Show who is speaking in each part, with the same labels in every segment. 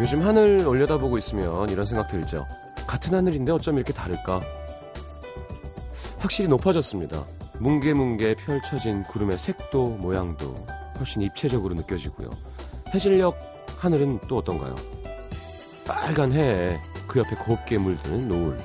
Speaker 1: 요즘 하늘 올려다보고 있으면 이런 생각 들죠. 같은 하늘인데 어쩜 이렇게 다를까? 확실히 높아졌습니다. 뭉게뭉게 펼쳐진 구름의 색도 모양도 훨씬 입체적으로 느껴지고요. 해질녘 하늘은 또 어떤가요? 빨간 해, 그 옆에 곱게 물드는 노을.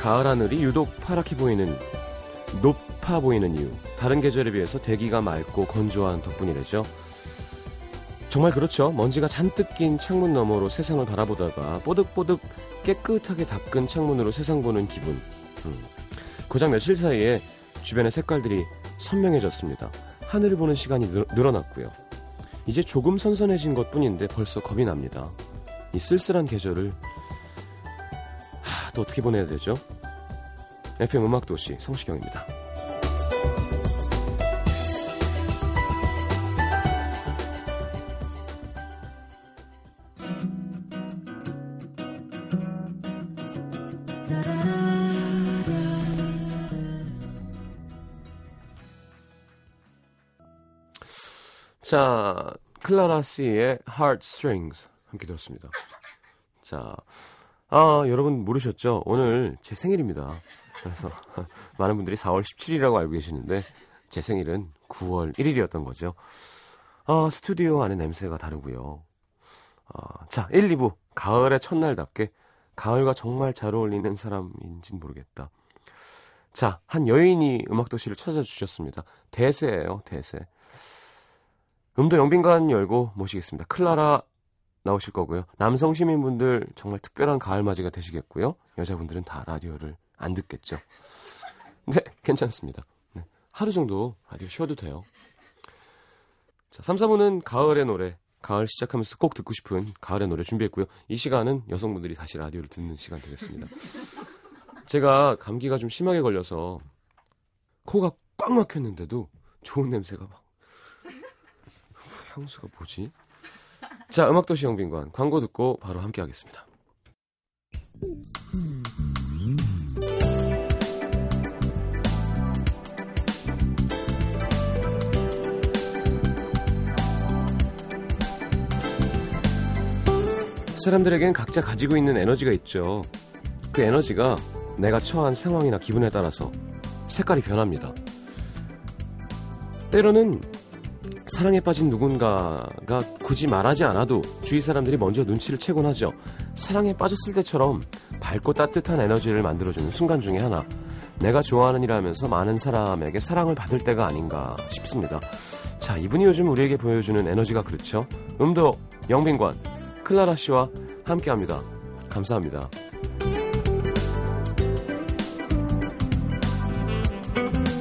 Speaker 1: 가을 하늘이 유독 파랗게 보이는 높아 보이는 이유 다른 계절에 비해서 대기가 맑고 건조한 덕분이래죠 정말 그렇죠 먼지가 잔뜩 낀 창문 너머로 세상을 바라보다가 뽀득뽀득 깨끗하게 닦은 창문으로 세상 보는 기분 음. 고작 며칠 사이에 주변의 색깔들이 선명해졌습니다 하늘을 보는 시간이 늘, 늘어났고요 이제 조금 선선해진 것뿐인데 벌써 겁이 납니다 이 쓸쓸한 계절을 하, 또 어떻게 보내야 되죠? FM 음악도시 성시경입니다. 자, 클라라 씨의 Heartstrings 함께 들었습니다. 자, 아, 여러분 모르셨죠? 오늘 제 생일입니다. 그래서 많은 분들이 4월 17일이라고 알고 계시는데 제 생일은 9월 1일이었던 거죠. 아, 스튜디오 안에 냄새가 다르고요. 아, 자, 1, 2부 가을의 첫날답게 가을과 정말 잘 어울리는 사람인진 모르겠다. 자, 한 여인이 음악도시를 찾아주셨습니다. 대세예요, 대세. 음도 영빈관 열고 모시겠습니다. 클라라 나오실 거고요. 남성 시민분들 정말 특별한 가을 맞이가 되시겠고요. 여자분들은 다 라디오를 안 듣겠죠. 네, 괜찮습니다. 네, 하루 정도 라디오 쉬어도 돼요. 자, 3, 4부는 가을의 노래, 가을 시작하면서 꼭 듣고 싶은 가을의 노래 준비했고요. 이 시간은 여성분들이 다시 라디오를 듣는 시간 되겠습니다. 제가 감기가 좀 심하게 걸려서 코가 꽉 막혔는데도 좋은 냄새가 막 향수가 뭐지? 자, 음악도시 영빈관 광고 듣고 바로 함께 하겠습니다. 사람들에겐 각자 가지고 있는 에너지가 있죠. 그 에너지가 내가 처한 상황이나 기분에 따라서 색깔이 변합니다. 때로는 사랑에 빠진 누군가가 굳이 말하지 않아도 주위 사람들이 먼저 눈치를 채곤 하죠. 사랑에 빠졌을 때처럼 밝고 따뜻한 에너지를 만들어주는 순간 중에 하나. 내가 좋아하는 일 하면서 많은 사람에게 사랑을 받을 때가 아닌가 싶습니다. 자, 이분이 요즘 우리에게 보여주는 에너지가 그렇죠. 음도 영빈관 클라라 씨와 함께 합니다. 감사합니다.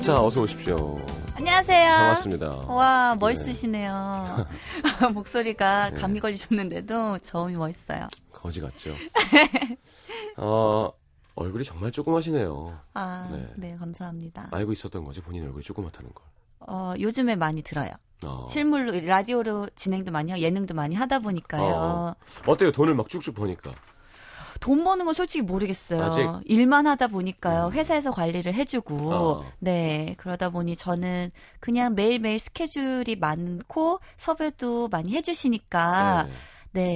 Speaker 1: 자, 어서 오십시오.
Speaker 2: 안녕하세요. 어,
Speaker 1: 반갑습니다.
Speaker 2: 와, 멋있으시네요. 목소리가
Speaker 1: 네.
Speaker 2: 감기 걸리셨는데도 저음이 멋있어요.
Speaker 1: 거지 같죠? 어, 얼굴이 정말 조그마시네요.
Speaker 2: 아,
Speaker 1: 네. 아.
Speaker 2: 네, 감사합니다.
Speaker 1: 알고 있었던 거죠? 본인 얼굴이 조그맣다는 걸.
Speaker 2: 어, 요즘에 많이 들어요.
Speaker 1: 어.
Speaker 2: 실물로, 라디오로 진행도 많이 하고 예능도 많이 하다 보니까요.
Speaker 1: 어때요? 돈을 막 쭉쭉 버니까.
Speaker 2: 돈 버는 건 솔직히 모르겠어요.
Speaker 1: 아직?
Speaker 2: 일만 하다 보니까요.
Speaker 1: 음.
Speaker 2: 회사에서 관리를 해주고,
Speaker 1: 어.
Speaker 2: 네. 그러다 보니 저는 그냥 매일매일 스케줄이 많고, 섭외도 많이 해주시니까,
Speaker 1: 네,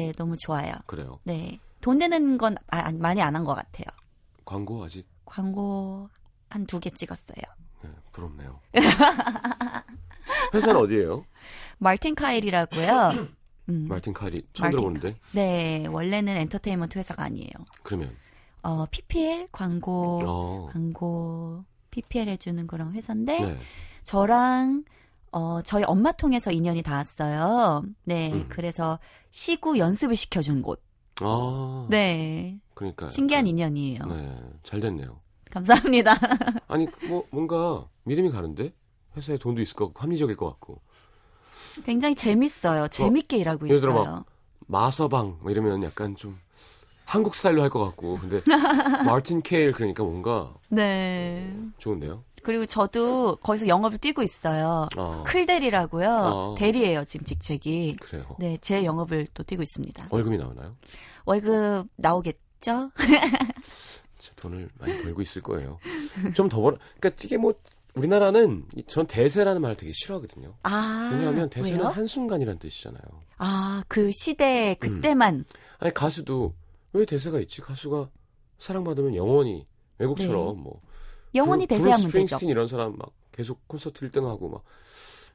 Speaker 2: 네, 너무 좋아요.
Speaker 1: 그래요.
Speaker 2: 네. 돈 내는 건 아- 안- 많이 안 한 것 같아요.
Speaker 1: 광고 아직
Speaker 2: 광고 한 두 개 찍었어요.
Speaker 1: 네, 부럽네요. 회사는 어디예요?
Speaker 2: 마틴 카일이라고요. 음,
Speaker 1: 말틴 카리 처음
Speaker 2: 마틴
Speaker 1: 들어보는데.
Speaker 2: 네, 원래는 엔터테인먼트 회사가 아니에요.
Speaker 1: 그러면
Speaker 2: 어, PPL 광고,
Speaker 1: 어.
Speaker 2: 광고, PPL 해주는 그런 회사인데,
Speaker 1: 네.
Speaker 2: 저랑, 어, 저희 엄마 통해서 인연이 닿았어요. 네,
Speaker 1: 음.
Speaker 2: 그래서 시구 연습을 시켜준 곳.
Speaker 1: 아.
Speaker 2: 네,
Speaker 1: 그러니까
Speaker 2: 신기한
Speaker 1: 네.
Speaker 2: 인연이에요.
Speaker 1: 네. 잘 됐네요.
Speaker 2: 감사합니다.
Speaker 1: 아니, 뭐 뭔가 믿음이 가는데. 회사에 돈도 있을 것 같고 합리적일 것 같고
Speaker 2: 굉장히 재밌어요. 재밌게 일하고
Speaker 1: 예를
Speaker 2: 있어요.
Speaker 1: 들어 막 마서방 뭐 이러면 약간 좀 한국 스타일로 할 것 같고 근데 마틴 케일 그러니까 뭔가
Speaker 2: 네.
Speaker 1: 좋은데요.
Speaker 2: 그리고 저도 거기서 영업을 뛰고 있어요.
Speaker 1: 어,
Speaker 2: 클델이라고요.
Speaker 1: 어.
Speaker 2: 대리예요, 지금 직책이.
Speaker 1: 그래요.
Speaker 2: 네, 제 영업을 또 뛰고 있습니다.
Speaker 1: 월급이 나오나요?
Speaker 2: 월급 나오겠죠?
Speaker 1: 진짜 돈을 많이 벌고 있을 거예요. 좀 더 벌어. 그러니까 이게 뭐 우리나라는 이- 전 대세라는 말을 되게 싫어하거든요.
Speaker 2: 아.
Speaker 1: 왜냐하면 대세는
Speaker 2: 왜요?
Speaker 1: 한순간이라는 뜻이잖아요.
Speaker 2: 아, 그 시대
Speaker 1: 음.
Speaker 2: 그때만
Speaker 1: 아니 가수도 왜 대세가 있지? 가수가 사랑받으면 영원히 외국처럼
Speaker 2: 네.
Speaker 1: 뭐
Speaker 2: 영원히
Speaker 1: 브루-
Speaker 2: 대세하면
Speaker 1: 브루스
Speaker 2: 되죠.
Speaker 1: 스프링스틴 이런 사람 막 계속 콘서트 1등하고 막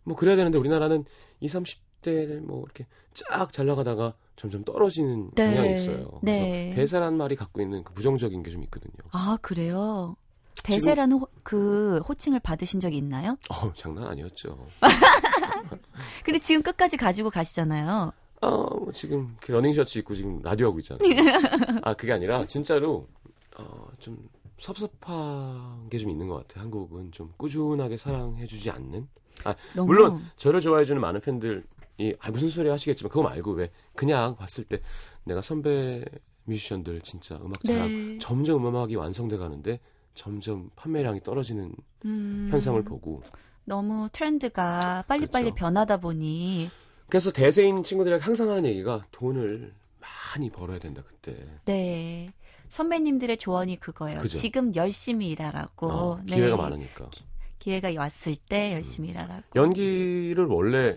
Speaker 1: 뭐 그래야 되는데 우리나라는 2, 30대를 뭐 이렇게 쫙 잘 나가다가 점점 떨어지는
Speaker 2: 네.
Speaker 1: 경향이 있어요. 그래서
Speaker 2: 네.
Speaker 1: 대세라는 말이 갖고 있는 그 부정적인 게 좀 있거든요.
Speaker 2: 아, 그래요? 대세라는 호- 그 호칭을 받으신 적이 있나요?
Speaker 1: 어, 장난 아니었죠.
Speaker 2: 근데 지금 끝까지 가지고 가시잖아요.
Speaker 1: 아, 뭐 지금 이렇게 러닝 셔츠 입고 지금 라디오 하고 있잖아요. 아, 그게 아니라 진짜로 어, 좀 섭섭한 게 좀 있는 것 같아요. 한국은 좀 꾸준하게 사랑해주지 않는. 아,
Speaker 2: 너무
Speaker 1: 물론 저를 좋아해주는 많은 팬들이 아, 무슨 소리 하시겠지만 그거 말고 왜 그냥 봤을 때 내가 선배 뮤지션들 진짜 음악 잘하고
Speaker 2: 네.
Speaker 1: 점점 음악이 완성돼 가는데 점점 판매량이 떨어지는
Speaker 2: 음,
Speaker 1: 현상을 보고
Speaker 2: 너무 트렌드가 빨리빨리
Speaker 1: 그렇죠.
Speaker 2: 변하다 보니
Speaker 1: 그래서 대세인 친구들에게 항상 하는 얘기가 돈을 많이 벌어야 된다 그때
Speaker 2: 네. 선배님들의 조언이 그거예요.
Speaker 1: 그죠.
Speaker 2: 지금 열심히 일하라고.
Speaker 1: 어, 기회가 음.
Speaker 2: 네.
Speaker 1: 많으니까
Speaker 2: 기회가 왔을 때 열심히 일하라고.
Speaker 1: 연기를 원래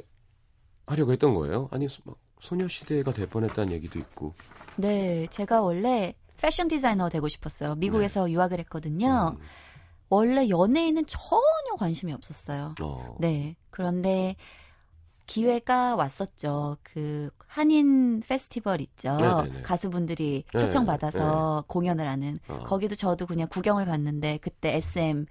Speaker 1: 하려고 했던 거예요? 아니 소- 막 소녀시대가 될 뻔했다는 얘기도 있고
Speaker 2: 네, 제가 원래 패션 디자이너 되고 싶었어요. 미국에서 유학을 했거든요.
Speaker 1: 네. 음,
Speaker 2: 원래 연예인은 전혀 관심이 없었어요.
Speaker 1: 어,
Speaker 2: 네. 그런데 기회가 왔었죠. 그 한인 페스티벌 있죠.
Speaker 1: 네네네.
Speaker 2: 가수분들이
Speaker 1: 네,
Speaker 2: 초청받아서 공연을 하는
Speaker 1: 어.
Speaker 2: 거기도 저도 그냥 구경을 갔는데 그때 SM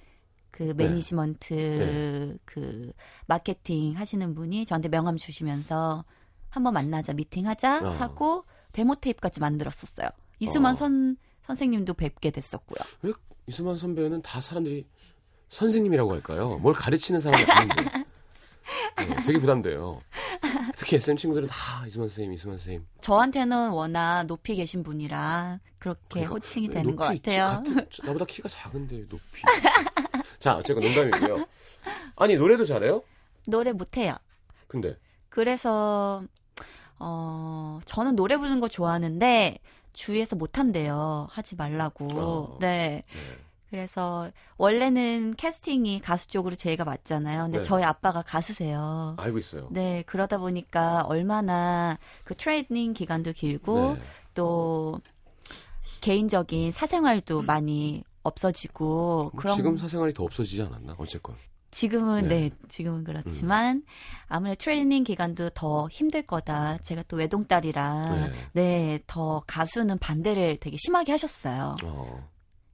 Speaker 2: 그
Speaker 1: 네.
Speaker 2: 매니지먼트 그 마케팅 하시는 분이 저한테 명함 주시면서 한번 만나자 미팅하자
Speaker 1: 어.
Speaker 2: 하고 데모 테이프까지 만들었었어요. 이수만
Speaker 1: 어.
Speaker 2: 선 선생님도 뵙게 됐었고요.
Speaker 1: 왜 이수만 선배는 다 사람들이 선생님이라고 할까요? 뭘 가르치는 사람이 아닌데 네, 되게 부담돼요. 특히 SM 친구들은 다 이수만 선생님, 이수만 선생님.
Speaker 2: 저한테는 워낙 높이 계신 분이라 그렇게
Speaker 1: 그러니까
Speaker 2: 호칭이
Speaker 1: 왜
Speaker 2: 되는 것
Speaker 1: 높이 있지?
Speaker 2: 같아요.
Speaker 1: 같은- 저- 나보다 키가 작은데 높이. 자, 어쨌건 농담이고요. 아니 노래도 잘해요?
Speaker 2: 노래 못해요.
Speaker 1: 근데
Speaker 2: 그래서 어 저는 노래 부르는 거 좋아하는데 주위에서 못한대요. 하지 말라고.
Speaker 1: 어.
Speaker 2: 네.
Speaker 1: 네.
Speaker 2: 그래서 원래는 캐스팅이 가수 쪽으로 제가 맞잖아요. 근데
Speaker 1: 네.
Speaker 2: 저희 아빠가 가수세요.
Speaker 1: 알고 있어요.
Speaker 2: 네, 그러다 보니까 얼마나 그 트레이닝 기간도 길고
Speaker 1: 네.
Speaker 2: 또 개인적인 사생활도 많이 없어지고 그런
Speaker 1: 음, 지금 사생활이 더 없어지지 않았나? 어쨌건.
Speaker 2: 지금은
Speaker 1: 네.
Speaker 2: 네, 지금은 그렇지만 아무래도 트레이닝 기간도 더 힘들 거다. 제가 또 외동딸이라
Speaker 1: 네.
Speaker 2: 네, 더 가수는 반대를 되게 심하게 하셨어요.
Speaker 1: 어,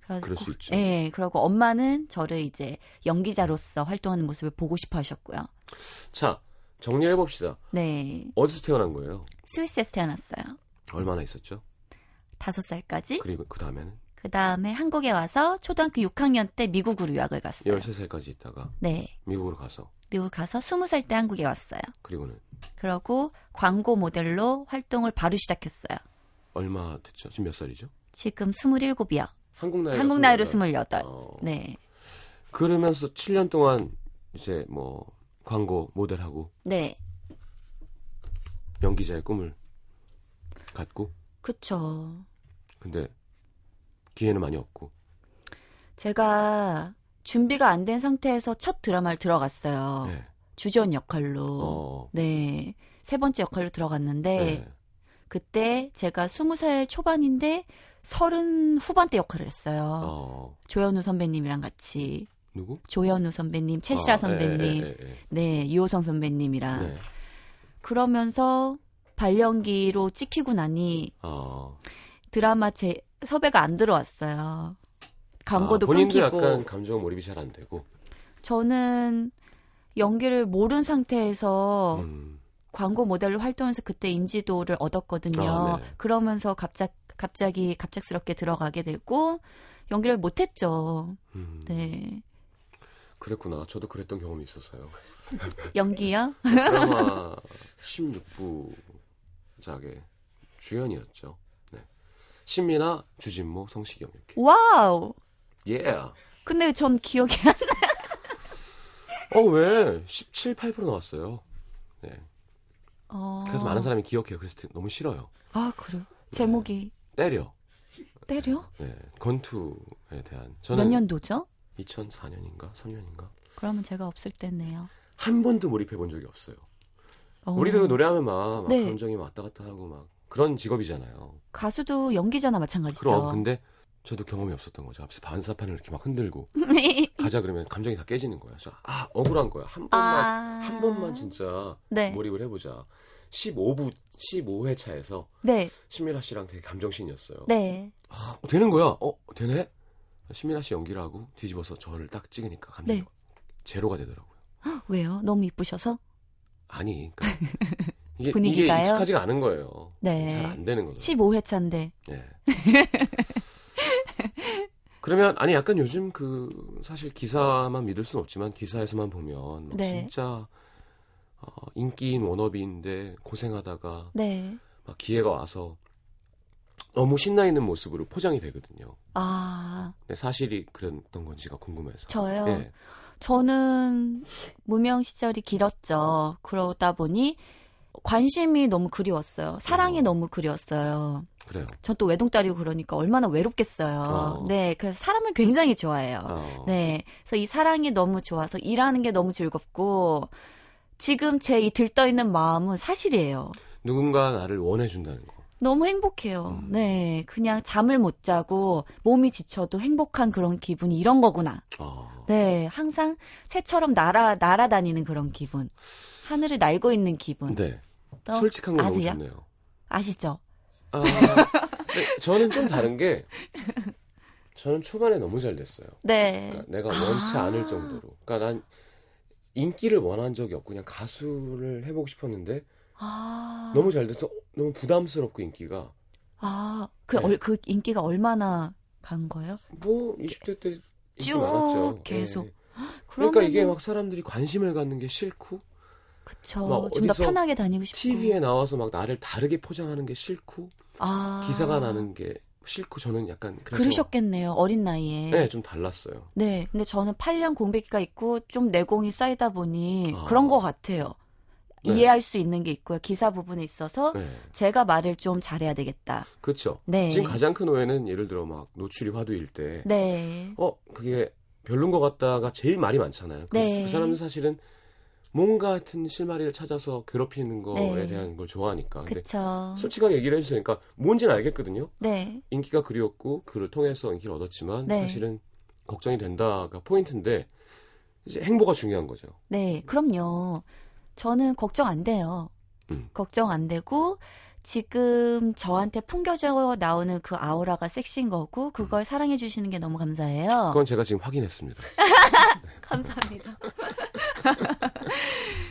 Speaker 2: 그래서
Speaker 1: 그럴 수 있죠.
Speaker 2: 예, 그리고 엄마는 저를 이제 연기자로서 활동하는 모습을 보고 싶어 하셨고요.
Speaker 1: 자, 정리를 해봅시다.
Speaker 2: 네.
Speaker 1: 어디서 태어난 거예요?
Speaker 2: 스위스에서 태어났어요.
Speaker 1: 얼마나 있었죠?
Speaker 2: 다섯 살까지.
Speaker 1: 그리고 그 다음에는
Speaker 2: 그 다음에 한국에 와서 초등학교 6학년 때 미국으로 유학을 갔어요.
Speaker 1: 13살까지 있다가
Speaker 2: 네.
Speaker 1: 미국으로 가서
Speaker 2: 미국 가서 스무 살 때 한국에 왔어요.
Speaker 1: 그리고는
Speaker 2: 그러고 광고 모델로 활동을 바로 시작했어요.
Speaker 1: 얼마 됐죠? 지금 몇 살이죠?
Speaker 2: 지금 27이요.
Speaker 1: 한국 나이로
Speaker 2: 한국 나이로
Speaker 1: 28.
Speaker 2: 28.
Speaker 1: 어,
Speaker 2: 네.
Speaker 1: 그러면서 7년 동안 이제 뭐 광고 모델하고
Speaker 2: 네.
Speaker 1: 연기자의 꿈을 갖고
Speaker 2: 그쵸.
Speaker 1: 근데 기회는 많이 없고
Speaker 2: 제가 준비가 안 된 상태에서 첫 드라마를 들어갔어요.
Speaker 1: 네.
Speaker 2: 주전 역할로.
Speaker 1: 어,
Speaker 2: 네. 세 번째 역할로 들어갔는데
Speaker 1: 네.
Speaker 2: 그때 제가 스무 살 초반인데 서른 후반대 역할을 했어요.
Speaker 1: 어,
Speaker 2: 조현우 선배님이랑 같이
Speaker 1: 누구?
Speaker 2: 조현우 선배님, 최시라 선배님, 아.
Speaker 1: 아, 예, 예, 예, 예.
Speaker 2: 네 유호성 선배님이랑
Speaker 1: 네.
Speaker 2: 그러면서 발연기로 찍히고 나니
Speaker 1: 어.
Speaker 2: 드라마 제 섭외가 안 들어왔어요. 광고도
Speaker 1: 아, 본인도
Speaker 2: 끊기고
Speaker 1: 약간 감정 몰입이 잘 안 되고
Speaker 2: 저는 연기를 모른 상태에서
Speaker 1: 음,
Speaker 2: 광고 모델로 활동하면서 그때 인지도를 얻었거든요.
Speaker 1: 아, 네.
Speaker 2: 그러면서 갑작, 갑자기 갑작스럽게 들어가게 되고 연기를 못했죠.
Speaker 1: 음.
Speaker 2: 네.
Speaker 1: 그랬구나 저도 그랬던 경험이 있어서요
Speaker 2: 연기요?
Speaker 1: 드라마 16부작의 주연이었죠 네. 신민아, 주진모, 성시경 이렇게
Speaker 2: 와우!
Speaker 1: 예!
Speaker 2: 근데 전 기억이
Speaker 1: 어, 왜? 17, 8% 나왔어요. 네.
Speaker 2: 어.
Speaker 1: 그래서 많은 사람이 기억해요. 그래서 너무 싫어요.
Speaker 2: 아, 그래요? 제목이
Speaker 1: 때려.
Speaker 2: 때려?
Speaker 1: 네. 권투에 대한.
Speaker 2: 몇
Speaker 1: 저는
Speaker 2: 년도죠?
Speaker 1: 2004년인가? 3년인가?
Speaker 2: 그러면 제가 없을 때네요.
Speaker 1: 한 번도 몰입해 본 적이 없어요.
Speaker 2: 어.
Speaker 1: 우리도 노래하면 막, 막
Speaker 2: 네.
Speaker 1: 감정이 왔다 갔다 하고 막 그런 직업이잖아요.
Speaker 2: 가수도 연기자나 마찬가지죠.
Speaker 1: 그럼 근데 저도 경험이 없었던 거죠. 앞에서 반사판을 이렇게 막 흔들고 가자 그러면 감정이 다 깨지는 거야. 그래서 아 억울한 거야. 한 번만
Speaker 2: 아.
Speaker 1: 한 번만 진짜 뭐
Speaker 2: 네.
Speaker 1: 몰입을 해보자. 15부 15회 차에서
Speaker 2: 네.
Speaker 1: 신미라 씨랑 되게 감정신이었어요.
Speaker 2: 네.
Speaker 1: 어, 되는 거야. 어 되네. 신미라 씨 연기를 하고 뒤집어서 저를 딱 찍으니까 감정이
Speaker 2: 네.
Speaker 1: 제로가 되더라고요.
Speaker 2: 왜요? 너무 이쁘셔서?
Speaker 1: 아니 그러니까 이게, 이게
Speaker 2: 분위기가요?
Speaker 1: 익숙하지가 않은 거예요.
Speaker 2: 네.
Speaker 1: 잘 안 되는 거죠.
Speaker 2: 15회 차인데.
Speaker 1: 예. 그러면 아니 약간 요즘 그 사실 기사만 믿을 순 없지만 기사에서만 보면 막
Speaker 2: 네.
Speaker 1: 진짜 어, 인기인 워너비인데 고생하다가
Speaker 2: 네.
Speaker 1: 막 기회가 와서 너무 신나 있는 모습으로 포장이 되거든요.
Speaker 2: 아,
Speaker 1: 근데 사실이 그랬던 건지가 궁금해서.
Speaker 2: 저요?
Speaker 1: 예.
Speaker 2: 저는 무명 시절이 길었죠. 그러다 보니 관심이 너무 그리웠어요. 사랑이
Speaker 1: 어.
Speaker 2: 너무 그리웠어요.
Speaker 1: 그래요.
Speaker 2: 전 또 외동딸이고 그러니까 얼마나 외롭겠어요.
Speaker 1: 어.
Speaker 2: 네. 그래서 사람을 굉장히 좋아해요.
Speaker 1: 어.
Speaker 2: 네. 그래서 이 사랑이 너무 좋아서 일하는 게 너무 즐겁고 지금 제 이 들떠 있는 마음은 사실이에요.
Speaker 1: 누군가 나를 원해 준다는 거.
Speaker 2: 너무 행복해요.
Speaker 1: 음.
Speaker 2: 네. 그냥 잠을 못 자고 몸이 지쳐도 행복한 그런 기분이 이런 거구나.
Speaker 1: 어.
Speaker 2: 네. 항상 새처럼 날아 날아다니는 그런 기분. 하늘을 날고 있는 기분.
Speaker 1: 네.
Speaker 2: 또
Speaker 1: 솔직한 건
Speaker 2: 아세요?
Speaker 1: 너무 좋네요.
Speaker 2: 아시죠?
Speaker 1: 아, 근데 저는 좀 다른 게 저는 초반에 너무 잘 됐어요.
Speaker 2: 네.
Speaker 1: 그러니까 내가 원치
Speaker 2: 아.
Speaker 1: 않을 정도로. 그러니까 난 인기를 원한 적이 없고 그냥 가수를 해보고 싶었는데
Speaker 2: 아.
Speaker 1: 너무 잘 돼서 너무 부담스럽고 인기가
Speaker 2: 아, 그,
Speaker 1: 네.
Speaker 2: 얼, 그 인기가 얼마나 간 거예요?
Speaker 1: 뭐 20대 때 인기
Speaker 2: 쭉
Speaker 1: 많았죠.
Speaker 2: 계속.
Speaker 1: 예. 그러니까 이게
Speaker 2: 그러면은
Speaker 1: 막 사람들이 관심을 갖는 게 싫고
Speaker 2: 그쵸.
Speaker 1: 막
Speaker 2: 좀 더
Speaker 1: 어디서
Speaker 2: 편하게 다니고 싶고.
Speaker 1: TV에 나와서 막 나를 다르게 포장하는 게 싫고
Speaker 2: 아.
Speaker 1: 기사가 나는 게 싫고 저는 약간 그래서
Speaker 2: 그러셨겠네요. 어린 나이에.
Speaker 1: 네, 좀 달랐어요.
Speaker 2: 네, 근데 저는 8년 공백기가 있고 좀 내공이 쌓이다 보니
Speaker 1: 아.
Speaker 2: 그런 것 같아요.
Speaker 1: 네.
Speaker 2: 이해할 수 있는 게 있고요. 기사 부분에 있어서
Speaker 1: 네.
Speaker 2: 제가 말을 좀 잘해야 되겠다.
Speaker 1: 그렇죠.
Speaker 2: 네.
Speaker 1: 지금 가장 큰 오해는 예를 들어 막 노출이 화두일 때
Speaker 2: 네.
Speaker 1: 어, 그게 별론 것 같다가 제일 말이 많잖아요. 그,
Speaker 2: 네.
Speaker 1: 그 사람은 사실은 뭔가 같은 실마리를 찾아서 괴롭히는 거에
Speaker 2: 네.
Speaker 1: 대한 걸 좋아하니까. 근데
Speaker 2: 그쵸.
Speaker 1: 솔직하게 얘기를 해주니까 뭔지는 알겠거든요.
Speaker 2: 네.
Speaker 1: 인기가 그리웠고 그를 통해서 인기를 얻었지만
Speaker 2: 네.
Speaker 1: 사실은 걱정이 된다가 포인트인데 이제 행보가 중요한 거죠.
Speaker 2: 네. 그럼요. 저는 걱정 안 돼요.
Speaker 1: 음.
Speaker 2: 걱정 안 되고 지금 저한테 풍겨져 나오는 그 아우라가 섹시인 거고 그걸 사랑해 주시는 게 너무 감사해요.
Speaker 1: 음. 그건 제가 지금 확인했습니다.
Speaker 2: 감사합니다.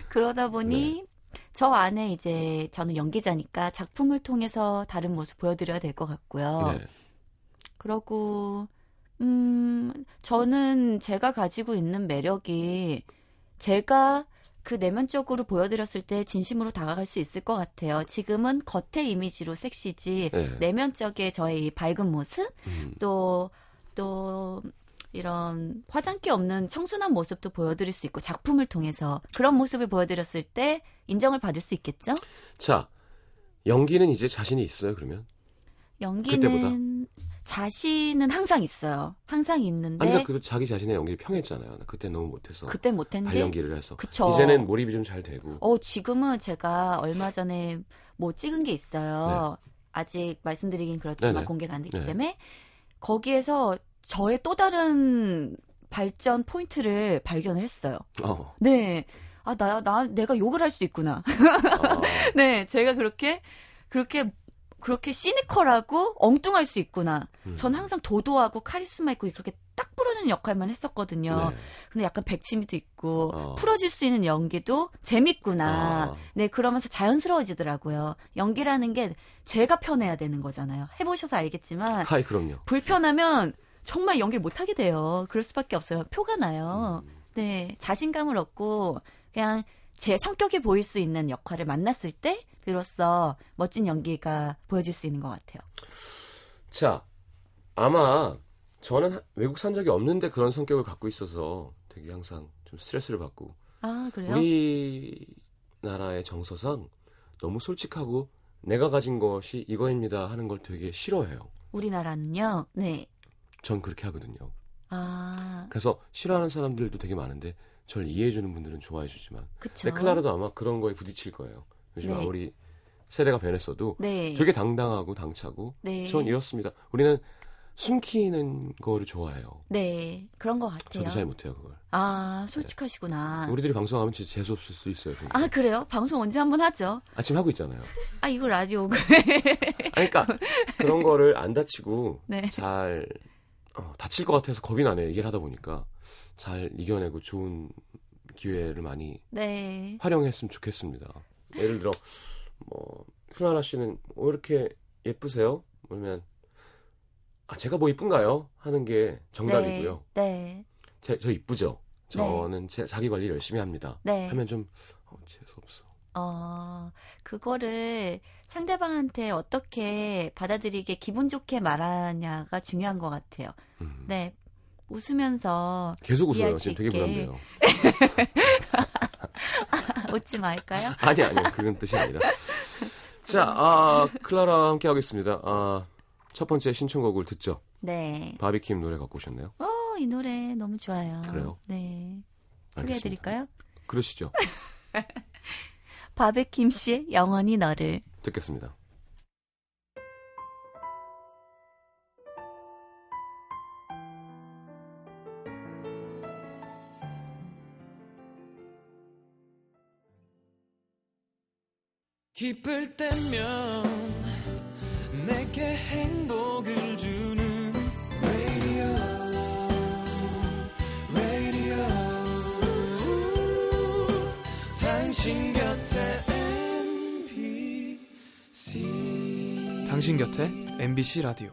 Speaker 2: 그러다 보니
Speaker 1: 네.
Speaker 2: 저 안에 이제 저는 연기자니까 작품을 통해서 다른 모습 보여드려야 될 것 같고요.
Speaker 1: 네.
Speaker 2: 그러고 음 저는 제가 가지고 있는 매력이 제가 그 내면적으로 보여드렸을 때 진심으로 다가갈 수 있을 것 같아요. 지금은 겉의 이미지로 섹시지
Speaker 1: 네.
Speaker 2: 내면적의 저의 이 밝은 모습
Speaker 1: 음.
Speaker 2: 또, 또, 이런 화장기 없는 청순한 모습도 보여드릴 수 있고, 작품을 통해서 그런 모습을 보여드렸을 때 인정을 받을 수 있겠죠?
Speaker 1: 자, 연기는 이제 자신이 있어요, 그러면?
Speaker 2: 연기는 자신은 항상 있어요. 항상 있는데,
Speaker 1: 아니, 나 그래도 자기 자신의 연기를 평했잖아요. 나 그때 너무 못해서.
Speaker 2: 그때 못했는데,
Speaker 1: 발연기를 해서.
Speaker 2: 그쵸.
Speaker 1: 이제는 몰입이 좀 잘 되고.
Speaker 2: 어, 지금은 제가 얼마 전에 뭐 찍은 게 있어요. 아직 말씀드리긴 그렇지만
Speaker 1: 네. 네네.
Speaker 2: 공개가 안 됐기
Speaker 1: 네.
Speaker 2: 때문에 거기에서 저의 또 다른 발전 포인트를 발견을 했어요.
Speaker 1: 어.
Speaker 2: 네. 아, 나, 나, 내가 욕을 할 수 있구나.
Speaker 1: 아,
Speaker 2: 네. 제가 그렇게, 그렇게, 그렇게 시니컬하고 엉뚱할 수 있구나.
Speaker 1: 음.
Speaker 2: 전 항상 도도하고 카리스마 있고 그렇게 딱 부러지는 역할만 했었거든요.
Speaker 1: 네.
Speaker 2: 근데 약간 백치미도 있고,
Speaker 1: 어.
Speaker 2: 풀어질 수 있는 연기도 재밌구나.
Speaker 1: 아.
Speaker 2: 네. 그러면서 자연스러워지더라고요. 연기라는 게 제가 편해야 되는 거잖아요. 해보셔서 알겠지만,
Speaker 1: 아, 하이 그럼요.
Speaker 2: 불편하면 정말 연기를 못하게 돼요. 그럴 수밖에 없어요. 표가 나요.
Speaker 1: 음.
Speaker 2: 네, 자신감을 얻고 그냥 제 성격이 보일 수 있는 역할을 만났을 때 비로소 멋진 연기가 보여질 수 있는 것 같아요.
Speaker 1: 자, 아마 저는 하- 외국 산 적이 없는데 그런 성격을 갖고 있어서 되게 항상 좀 스트레스를 받고
Speaker 2: 아, 그래요?
Speaker 1: 우리나라의 정서상 너무 솔직하고 내가 가진 것이 이거입니다 하는 걸 되게 싫어해요.
Speaker 2: 우리나라는요? 네.
Speaker 1: 전 그렇게 하거든요.
Speaker 2: 아,
Speaker 1: 그래서 싫어하는 사람들도 되게 많은데 절 이해해주는 분들은 좋아해주지만
Speaker 2: 그쵸.
Speaker 1: 근데 네, 클라라도 아마 그런 거에 부딪힐 거예요. 요즘
Speaker 2: 네.
Speaker 1: 아무리 세대가 변했어도
Speaker 2: 네.
Speaker 1: 되게 당당하고 당차고
Speaker 2: 네.
Speaker 1: 전 이렇습니다. 우리는 숨기는 거를 좋아해요.
Speaker 2: 네. 그런 것 같아요.
Speaker 1: 저도 잘 못해요 그걸.
Speaker 2: 아, 솔직하시구나.
Speaker 1: 우리들이 방송하면 진짜 재수 없을 수 있어요. 그게.
Speaker 2: 아, 그래요? 방송 언제 한번 하죠?
Speaker 1: 아 지금 하고 있잖아요.
Speaker 2: 아, 이거 라디오.
Speaker 1: 아니, 그러니까 그런 거를 안 다치고
Speaker 2: 네.
Speaker 1: 잘 어, 다칠 것 같아서 겁이 나네 얘기를 하다 보니까 잘 이겨내고 좋은 기회를 많이
Speaker 2: 네.
Speaker 1: 활용했으면 좋겠습니다. 예를 들어 뭐 푸나라 씨는 왜 이렇게 예쁘세요? 그러면 아 제가 뭐 이쁜가요? 하는 게 정답이고요.
Speaker 2: 네.
Speaker 1: 제, 저 이쁘죠. 저는 제- 자기 관리 열심히 합니다.
Speaker 2: 네. 네.
Speaker 1: 하면 좀 어, 재수 없어.
Speaker 2: 어, 그거를 상대방한테 어떻게 받아들이게 기분 좋게 말하냐가 중요한 것 같아요.
Speaker 1: 음.
Speaker 2: 네. 웃으면서
Speaker 1: 계속
Speaker 2: 이해할
Speaker 1: 웃어요.
Speaker 2: 수
Speaker 1: 지금 되게
Speaker 2: 있게.
Speaker 1: 부담돼요.
Speaker 2: 웃지 말까요?
Speaker 1: 아니 아니요 그런 뜻이 아니라 자 아, 클라라 함께 하겠습니다 아, 첫 번째 신청곡을 듣죠
Speaker 2: 네.
Speaker 1: 바비킴 노래 갖고 오셨네요
Speaker 2: 어, 이 노래 너무 좋아요.
Speaker 1: 그래요?
Speaker 2: 네.
Speaker 1: 알겠습니다.
Speaker 2: 소개해드릴까요?
Speaker 1: 그러시죠
Speaker 2: 바베킴 씨의 영원히 너를.
Speaker 1: 듣겠습니다
Speaker 3: 기쁠 때면 내게 행복을 주는 radio, radio. 당신 곁에 MBC
Speaker 4: 당신 곁에 MBC 라디오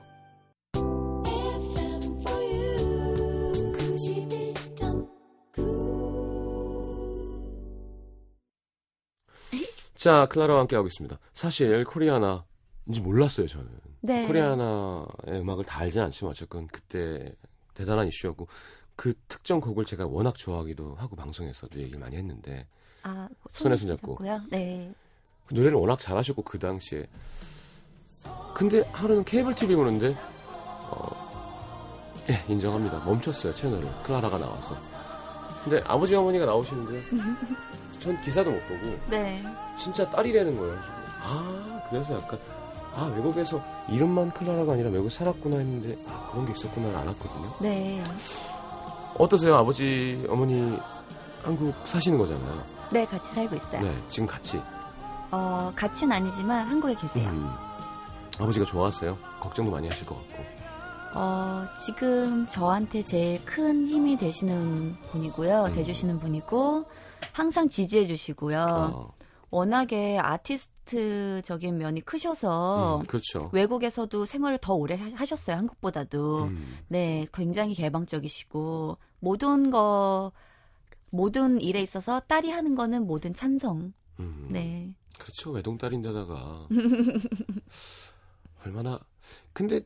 Speaker 5: FM for you. 91.9.
Speaker 1: 자 클라라와 함께 하고 있습니다 사실 코리아나인지 몰랐어요 저는
Speaker 2: 네.
Speaker 1: 코리아나의 음악을 다 알진 않지만 어쨌건 그때 대단한 이슈였고 그 특정 곡을 제가 워낙 좋아하기도 하고 방송에서도 얘기를 많이 했는데
Speaker 2: 아,
Speaker 1: 손에
Speaker 2: 손에
Speaker 1: 손잡고.
Speaker 2: 손잡고요. 네.
Speaker 1: 그 노래를 워낙 잘하셨고 그 당시에 근데 하루는 케이블 TV 보는데 어, 예 인정합니다 멈췄어요 채널을 클라라가 나와서 근데 아버지 어머니가 나오시는데 전 기사도 못 보고
Speaker 2: 네.
Speaker 1: 진짜 딸이라는 거예요 그래서 아 그래서 약간 아 외국에서 이름만 클라라가 아니라 외국 에 살았구나 했는데 아 그런 게 있었구나를 알았거든요
Speaker 2: 네.
Speaker 1: 어떠세요 아버지 어머니 한국 사시는 거잖아요
Speaker 2: 네, 같이 살고 있어요.
Speaker 1: 네 지금 같이
Speaker 2: 어, 같이는 아니지만 한국에 계세요.
Speaker 1: 음, 아버지가 좋아하세요? 걱정도 많이 하실 것 같고.
Speaker 2: 어, 지금 저한테 제일 큰 힘이 되시는 분이고요.
Speaker 1: 음.
Speaker 2: 돼주시는 분이고, 항상 지지해 주시고요.
Speaker 1: 어,
Speaker 2: 워낙에 아티스트적인 면이 크셔서,
Speaker 1: 음, 그렇죠.
Speaker 2: 외국에서도 생활을 더 오래 하- 하셨어요. 한국보다도.
Speaker 1: 음,
Speaker 2: 네, 굉장히 개방적이시고, 모든 거, 모든 일에 있어서 딸이 하는 거는 모든 찬성.
Speaker 1: 음.
Speaker 2: 네.
Speaker 1: 그렇죠. 외동딸인데다가. 얼마나. 근데,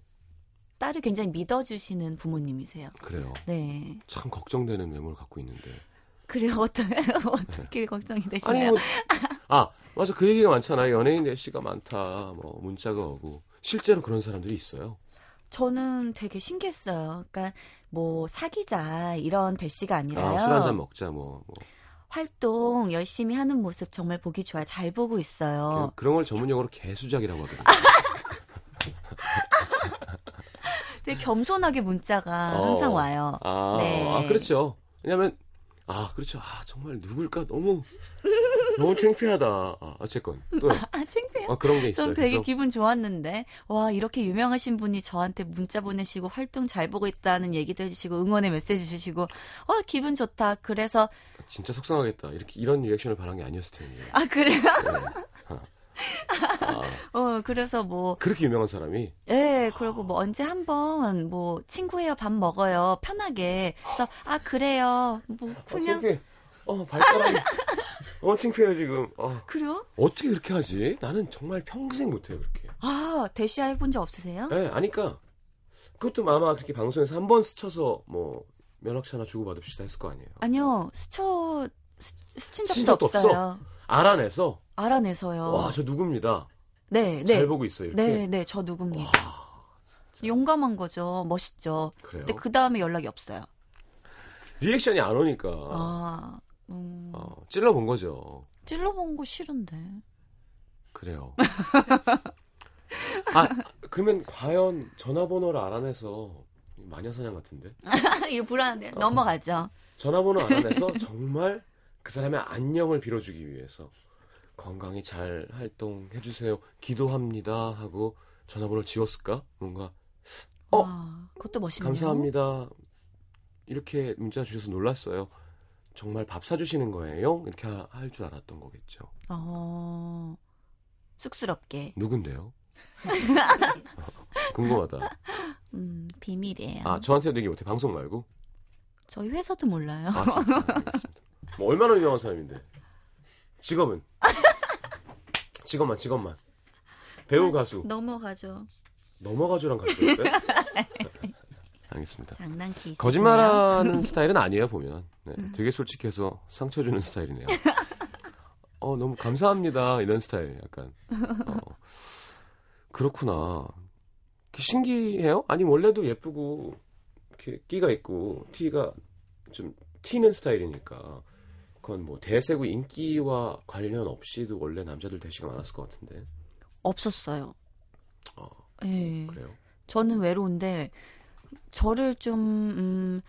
Speaker 2: 딸을 굉장히 믿어주시는 부모님이세요.
Speaker 1: 그래요.
Speaker 2: 네.
Speaker 1: 참 걱정되는 외모를 갖고 있는데.
Speaker 2: 그리고 어떤, 어떻게 걱정이
Speaker 1: 네. 아니,
Speaker 2: 되시나요?
Speaker 1: 뭐. 아, 맞아. 그 얘기가 많잖아. 연예인 애쉬가 많다. 뭐, 문자가 오고. 실제로 그런 사람들이 있어요.
Speaker 2: 저는 되게 신기했어요. 그러니까 뭐 사귀자 이런 대시가
Speaker 1: 아,
Speaker 2: 아니라요.
Speaker 1: 술 한잔 먹자. 뭐, 뭐.
Speaker 2: 활동 열심히 하는 모습 정말 보기 좋아요. 잘 보고 있어요. 아,
Speaker 1: 그- 그런 걸 전문 용어로 개수작이라고 하거든요.
Speaker 2: 되게 겸손하게 문자가
Speaker 1: 어.
Speaker 2: 항상 와요.
Speaker 1: 아,
Speaker 2: 네.
Speaker 1: 아, 그렇죠. 왜냐면 아 그렇죠. 아 정말 누굴까 너무 너무 창피하다. 아, 어쨌건 또
Speaker 2: 아, 창피해요.
Speaker 1: 아, 그런 게 있어요.
Speaker 2: 전 되게
Speaker 1: 그래서
Speaker 2: 기분 좋았는데 와 이렇게 유명하신 분이 저한테 문자 보내시고 활동 잘 보고 있다는 얘기도 해주시고 응원의 메시지 주시고 와 기분 좋다. 그래서
Speaker 1: 아, 진짜 속상하겠다. 이렇게 이런 리액션을 바란 게 아니었을 텐데.
Speaker 2: 아 그래요?
Speaker 1: 네. 아,
Speaker 2: 어 그래서 뭐
Speaker 1: 그렇게 유명한 사람이 어,
Speaker 2: 예, 그러고 뭐 언제 한번 뭐 친구예요, 밥 먹어요, 편하게. 그래서 아 그래요, 뭐
Speaker 1: 어,
Speaker 2: 그냥
Speaker 1: 창피해. 어 발가락이 어 창피해요 지금. 어.
Speaker 2: 그래요?
Speaker 1: 어떻게 그렇게 하지? 나는 정말 평생 못해요 그렇게.
Speaker 2: 아 대시아
Speaker 1: 네.
Speaker 2: 해본 적 없으세요?
Speaker 1: 예, 아니까 그것도 아마 그렇게 방송에서 한 번 스쳐서 뭐 연락처 하나 주고받읍시다 했을 거 아니에요.
Speaker 2: 아니요, 스쳐, 스, 스친 적도
Speaker 1: 스친 적도 없어?
Speaker 2: 없어요.
Speaker 1: 알아내서
Speaker 2: 알아내서요.
Speaker 1: 와 저 누굽니다.
Speaker 2: 어. 네, 네.
Speaker 1: 잘 보고 있어 이렇게.
Speaker 2: 네, 네, 저 누굽니다. 용감한 거죠. 멋있죠.
Speaker 1: 그래요.
Speaker 2: 근데 그 다음에 연락이 없어요.
Speaker 1: 리액션이 안 오니까
Speaker 2: 아, 음,
Speaker 1: 어, 찔러본 거죠.
Speaker 2: 찔러본 거 싫은데.
Speaker 1: 그래요. 아 그러면 과연 전화번호를 알아내서 마녀사냥 같은데
Speaker 2: 이거 불안한데. 넘어가죠.
Speaker 1: 전화번호 알아내서 정말 그 사람의 안녕을 빌어주기 위해서 건강히 잘 활동해 주세요. 기도합니다 하고 전화번호를 지웠을까? 뭔가 어?
Speaker 2: 아, 그것도 멋있네요.
Speaker 1: 감사합니다. 이렇게 문자 주셔서 놀랐어요. 정말 밥 사주시는 거예요? 이렇게 할 줄 알았던 거겠죠.
Speaker 2: 어, 쑥스럽게.
Speaker 1: 누군데요? 어, 궁금하다.
Speaker 2: 음, 비밀이에요.
Speaker 1: 아, 저한테도 얘기 못해. 방송 말고?
Speaker 2: 저희 회사도 몰라요.
Speaker 1: 아, 진짜. 알겠습니다. 뭐 얼마나 유명한 사람인데. 직업은? 직업만, 직업만. 배우, 가수.
Speaker 2: 넘어가죠.
Speaker 1: 넘어가주랑 같이 어요 알겠습니다.
Speaker 2: 장난기 있으세요?
Speaker 1: 거짓말하는 스타일은 아니에요 보면 네, 되게 솔직해서 상처 주는 스타일이네요. 어 너무 감사합니다 이런 스타일 약간 어, 그렇구나 신기해요? 아니 원래도 예쁘고 이렇게 끼가 있고 티가 좀 튀는 스타일이니까 그건 뭐 대세고 인기와 관련 없이도 원래 남자들 대시가 많았을 것 같은데
Speaker 2: 없었어요.
Speaker 1: 어,
Speaker 2: 예.
Speaker 1: 그래요?
Speaker 2: 저는 외로운데 저를 좀 음,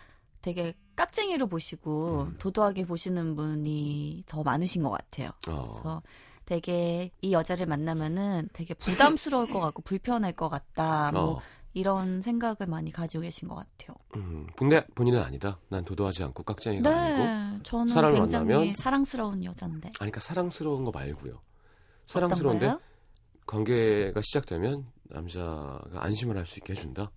Speaker 2: 되게 깍쟁이로 보시고
Speaker 1: 음.
Speaker 2: 도도하게 보시는 분이 더 많으신 것 같아요.
Speaker 1: 어,
Speaker 2: 그래서 되게 이 여자를 만나면은 되게 부담스러울 것 같고 불편할 것 같다. 뭐
Speaker 1: 어,
Speaker 2: 이런 생각을 많이 가지고 계신 것 같아요.
Speaker 1: 음, 근데 본인은 아니다. 난 도도하지 않고 깍쟁이가 아니고
Speaker 2: 네, 저는
Speaker 1: 사람을
Speaker 2: 굉장히
Speaker 1: 만나면?
Speaker 2: 사랑스러운 여잔데.
Speaker 1: 아니, 그러니까 사랑스러운 거 말고요. 사랑스러운데
Speaker 2: 어떤 거예요?
Speaker 1: 관계가 시작되면 남자가 안심을 할 수 있게 해준다.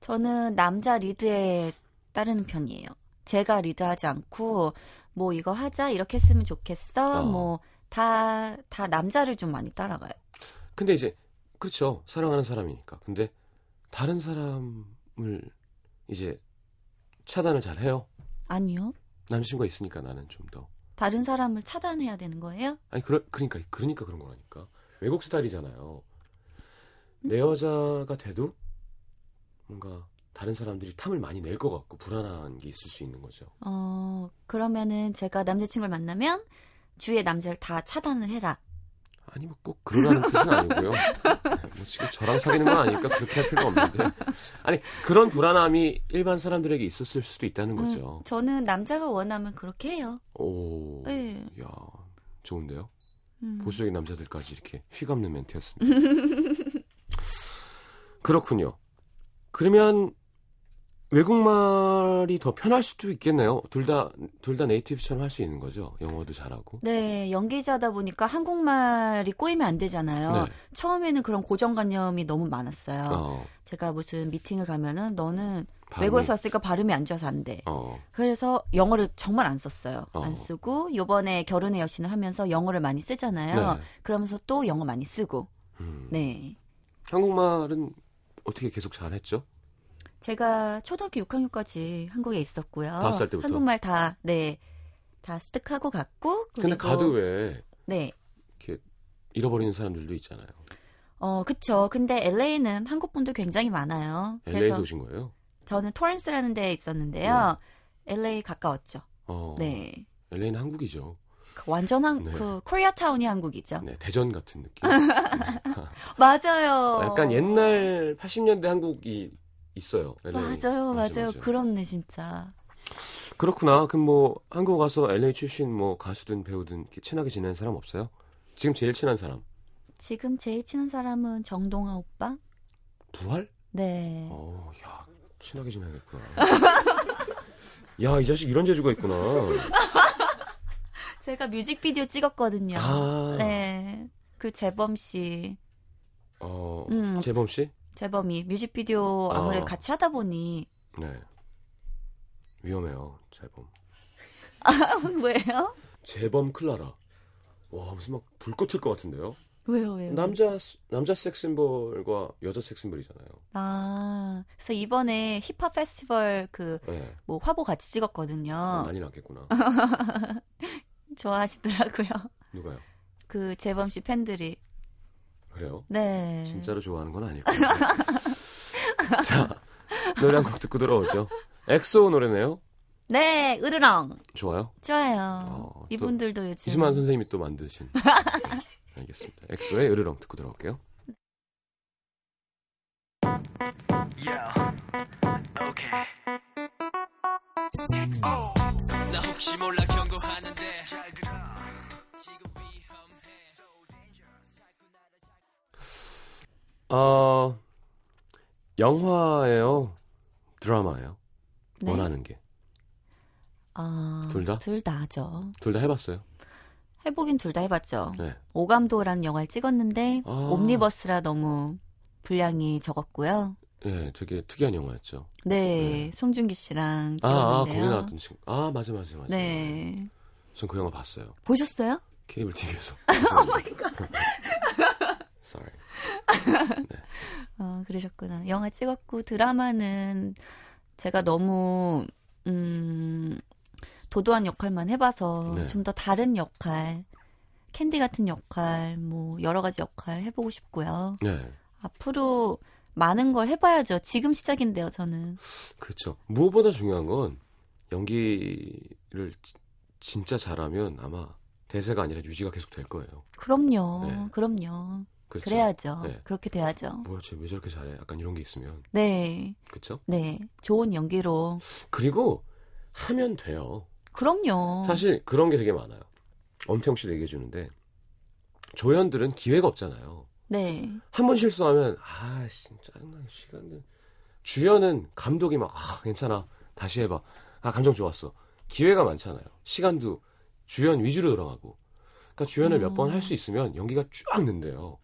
Speaker 2: 저는 남자 리드에 따르는 편이에요. 제가 리드하지 않고 뭐 이거 하자 이렇게 했으면 좋겠어.
Speaker 1: 어.
Speaker 2: 뭐 다 다 남자를 좀 많이 따라가요.
Speaker 1: 근데 이제 그렇죠. 사랑하는 사람이니까. 근데 다른 사람을 이제 차단을 잘 해요.
Speaker 2: 아니요.
Speaker 1: 남자친구가 있으니까 나는 좀 더.
Speaker 2: 다른 사람을 차단해야 되는 거예요?
Speaker 1: 아니 그러, 그러니까 그러니까 그런 거라니까. 외국 스타일이잖아요. 내 여자가 돼도 뭔가 다른 사람들이 탐을 많이 낼 것 같고 불안한 게 있을 수 있는 거죠.
Speaker 2: 어, 그러면은 제가 남자친구를 만나면 주위의 남자를 다 차단을 해라.
Speaker 1: 아니 뭐 꼭 그러라는 뜻은 아니고요. 뭐 지금 저랑 사귀는 건 아니니까 그렇게 할 필요가 없는데. 아니 그런 불안함이 일반 사람들에게 있었을 수도 있다는
Speaker 2: 음,
Speaker 1: 거죠.
Speaker 2: 저는 남자가 원하면 그렇게 해요.
Speaker 1: 오,
Speaker 2: 예.
Speaker 1: 야 좋은데요.
Speaker 2: 음.
Speaker 1: 보수적인 남자들까지 이렇게 휘감는 멘트였습니다. 그렇군요. 그러면 외국말이 더 편할 수도 있겠네요. 둘 다 둘 다 네이티브처럼 할 수 있는 거죠. 영어도 잘하고.
Speaker 2: 네, 연기자다 보니까 한국말이 꼬이면 안 되잖아요. 처음에는 그런 고정관념이 너무 많았어요.
Speaker 1: 네. 어,
Speaker 2: 제가 무슨 미팅을 가면은 너는
Speaker 1: 발음이-
Speaker 2: 아. 외국에서 왔으니까 발음이 안 좋아서 안 돼.
Speaker 1: 어,
Speaker 2: 그래서 영어를 정말 안 썼어요.
Speaker 1: 어.
Speaker 2: 안 쓰고 요번에 결혼의 여신을 하면서 영어를 많이 쓰잖아요.
Speaker 1: 네.
Speaker 2: 그러면서 또 영어 많이 쓰고.
Speaker 1: 음.
Speaker 2: 네.
Speaker 1: 한국말은 어떻게 계속 잘했죠?
Speaker 2: 제가 초등학교 6학년까지 한국에 있었고요.
Speaker 1: 다섯 살 때부터?
Speaker 2: 한국말 다 네. 다 습득하고 갔고 그리고
Speaker 1: 근데 가도 왜
Speaker 2: 네.
Speaker 1: 이렇게 잃어버리는 사람들도 있잖아요.
Speaker 2: 어, 그쵸. 근데 LA는 한국 분들 굉장히 많아요.
Speaker 1: LA에서
Speaker 2: 그래서
Speaker 1: 오신 거예요?
Speaker 2: 저는 토렌스라는 데에 있었는데요. LA 가까웠죠.
Speaker 1: 네. 어,
Speaker 2: 네.
Speaker 1: LA는 한국이죠.
Speaker 2: 그 완전한
Speaker 1: 네.
Speaker 2: 그 코리아타운이 한국이죠.
Speaker 1: 네, 대전 같은 느낌.
Speaker 2: 맞아요.
Speaker 1: 약간 옛날 80년대 한국이 있어요. LA.
Speaker 2: 맞아요, 맞아요,
Speaker 1: 맞아, 맞아.
Speaker 2: 그렇네 진짜.
Speaker 1: 그렇구나. 그럼 뭐 한국 와서 LA 출신 뭐 가수든 배우든 이렇게 친하게 지내는 사람 없어요? 지금 제일 친한 사람.
Speaker 2: 지금 제일 친한 사람은 정동아 오빠.
Speaker 1: 부활?
Speaker 2: 네.
Speaker 1: 어, 야, 친하게 지내겠구나. 야, 이 자식 이런 재주가 있구나.
Speaker 2: 제가 뮤직비디오 찍었거든요.
Speaker 1: 아.
Speaker 2: 네. 그 재범 씨,
Speaker 1: 어,
Speaker 2: 음.
Speaker 1: 재범 씨?
Speaker 2: 재범이 뮤직비디오 아무래도
Speaker 1: 어.
Speaker 2: 같이 하다 보니
Speaker 1: 네. 위험해요, 재범.
Speaker 2: 뭐예요?
Speaker 1: 재범 클라라. 와, 무슨 막 불꽃일 것 같은데요?
Speaker 2: 왜요, 왜요?
Speaker 1: 남자 스- 남자 섹스 심볼과 여자 섹스 심볼이잖아요.
Speaker 2: 아, 그래서 이번에 힙합 페스티벌 그,
Speaker 1: 네.
Speaker 2: 뭐, 화보 같이 찍었거든요.
Speaker 1: 많이 났겠구나. 네.
Speaker 2: 좋아하시더라고요.
Speaker 1: 누가요?
Speaker 2: 그, 재범 씨 팬들이.
Speaker 1: 그래요?
Speaker 2: 네.
Speaker 1: 진짜로 좋아하는 건 아니고. 자, 노래 한 곡 듣고 돌아오죠. 엑소 노래네요.
Speaker 2: 네, 으르렁.
Speaker 1: 좋아요.
Speaker 2: 좋아요.
Speaker 1: 어, 또
Speaker 2: 이분들도 요즘.
Speaker 1: 이수만 선생님이 또 만드신. 네, 알겠습니다. 엑소의 으르렁 듣고 돌아올게요.
Speaker 3: 나 혹시 몰라 경고하는데 잘 들어 지금 위험해
Speaker 1: 어, 영화예요. 드라마예요.
Speaker 2: 네.
Speaker 1: 원하는 게.
Speaker 2: 아,
Speaker 1: 둘 다?
Speaker 2: 둘 다죠.
Speaker 1: 둘 다 해봤어요.
Speaker 2: 해보긴 둘 다 해봤죠.
Speaker 1: 네.
Speaker 2: 오감도라는 영화를 찍었는데,
Speaker 1: 아.
Speaker 2: 옴니버스라 너무 분량이 적었고요.
Speaker 1: 네, 되게 특이한 영화였죠.
Speaker 2: 네,
Speaker 1: 네.
Speaker 2: 송중기 씨랑
Speaker 1: 아, 아,
Speaker 2: 찍었는데요.
Speaker 1: 거기 나왔던 친구. 아, 맞아, 맞아, 맞아.
Speaker 2: 네.
Speaker 1: 전 그 영화 봤어요.
Speaker 2: 보셨어요?
Speaker 1: 케이블 TV에서. Sorry.
Speaker 2: 어, 그러셨구나. 영화 찍었고 드라마는 제가 너무 음, 도도한 역할만 해봐서
Speaker 1: 네.
Speaker 2: 좀 더 다른 역할, 캔디 같은 역할, 뭐 여러 가지 역할 해보고 싶고요.
Speaker 1: 네.
Speaker 2: 앞으로 많은 걸 해봐야죠. 지금 시작인데요, 저는.
Speaker 1: 그렇죠. 무엇보다 중요한 건 연기를 지- 진짜 잘하면 아마 대세가 아니라 유지가 계속 될 거예요.
Speaker 2: 그럼요,
Speaker 1: 네.
Speaker 2: 그럼요.
Speaker 1: 그렇죠.
Speaker 2: 그래야죠
Speaker 1: 네.
Speaker 2: 그렇게 돼야죠.
Speaker 1: 뭐야, 쟤왜 저렇게 잘해? 약간 이런 게 있으면.
Speaker 2: 네,
Speaker 1: 그렇죠?
Speaker 2: 네, 좋은 연기로.
Speaker 1: 그리고 하면 돼요.
Speaker 2: 그럼요.
Speaker 1: 사실 그런 게 되게 많아요. 엄태영 씨도 얘기해 주는데 조연들은 기회가 없잖아요.
Speaker 2: 네,
Speaker 1: 한 번 실수하면 아, 진짜 짜증나. 시간들. 주연은 감독이 막 아, 괜찮아. 다시 해 봐. 아, 감정 좋았어. 기회가 많잖아요. 시간도 주연 위주로 돌아가고. 그러니까 주연을 몇 번 할
Speaker 2: 음.
Speaker 1: 수 있으면 연기가 쫙 는데요.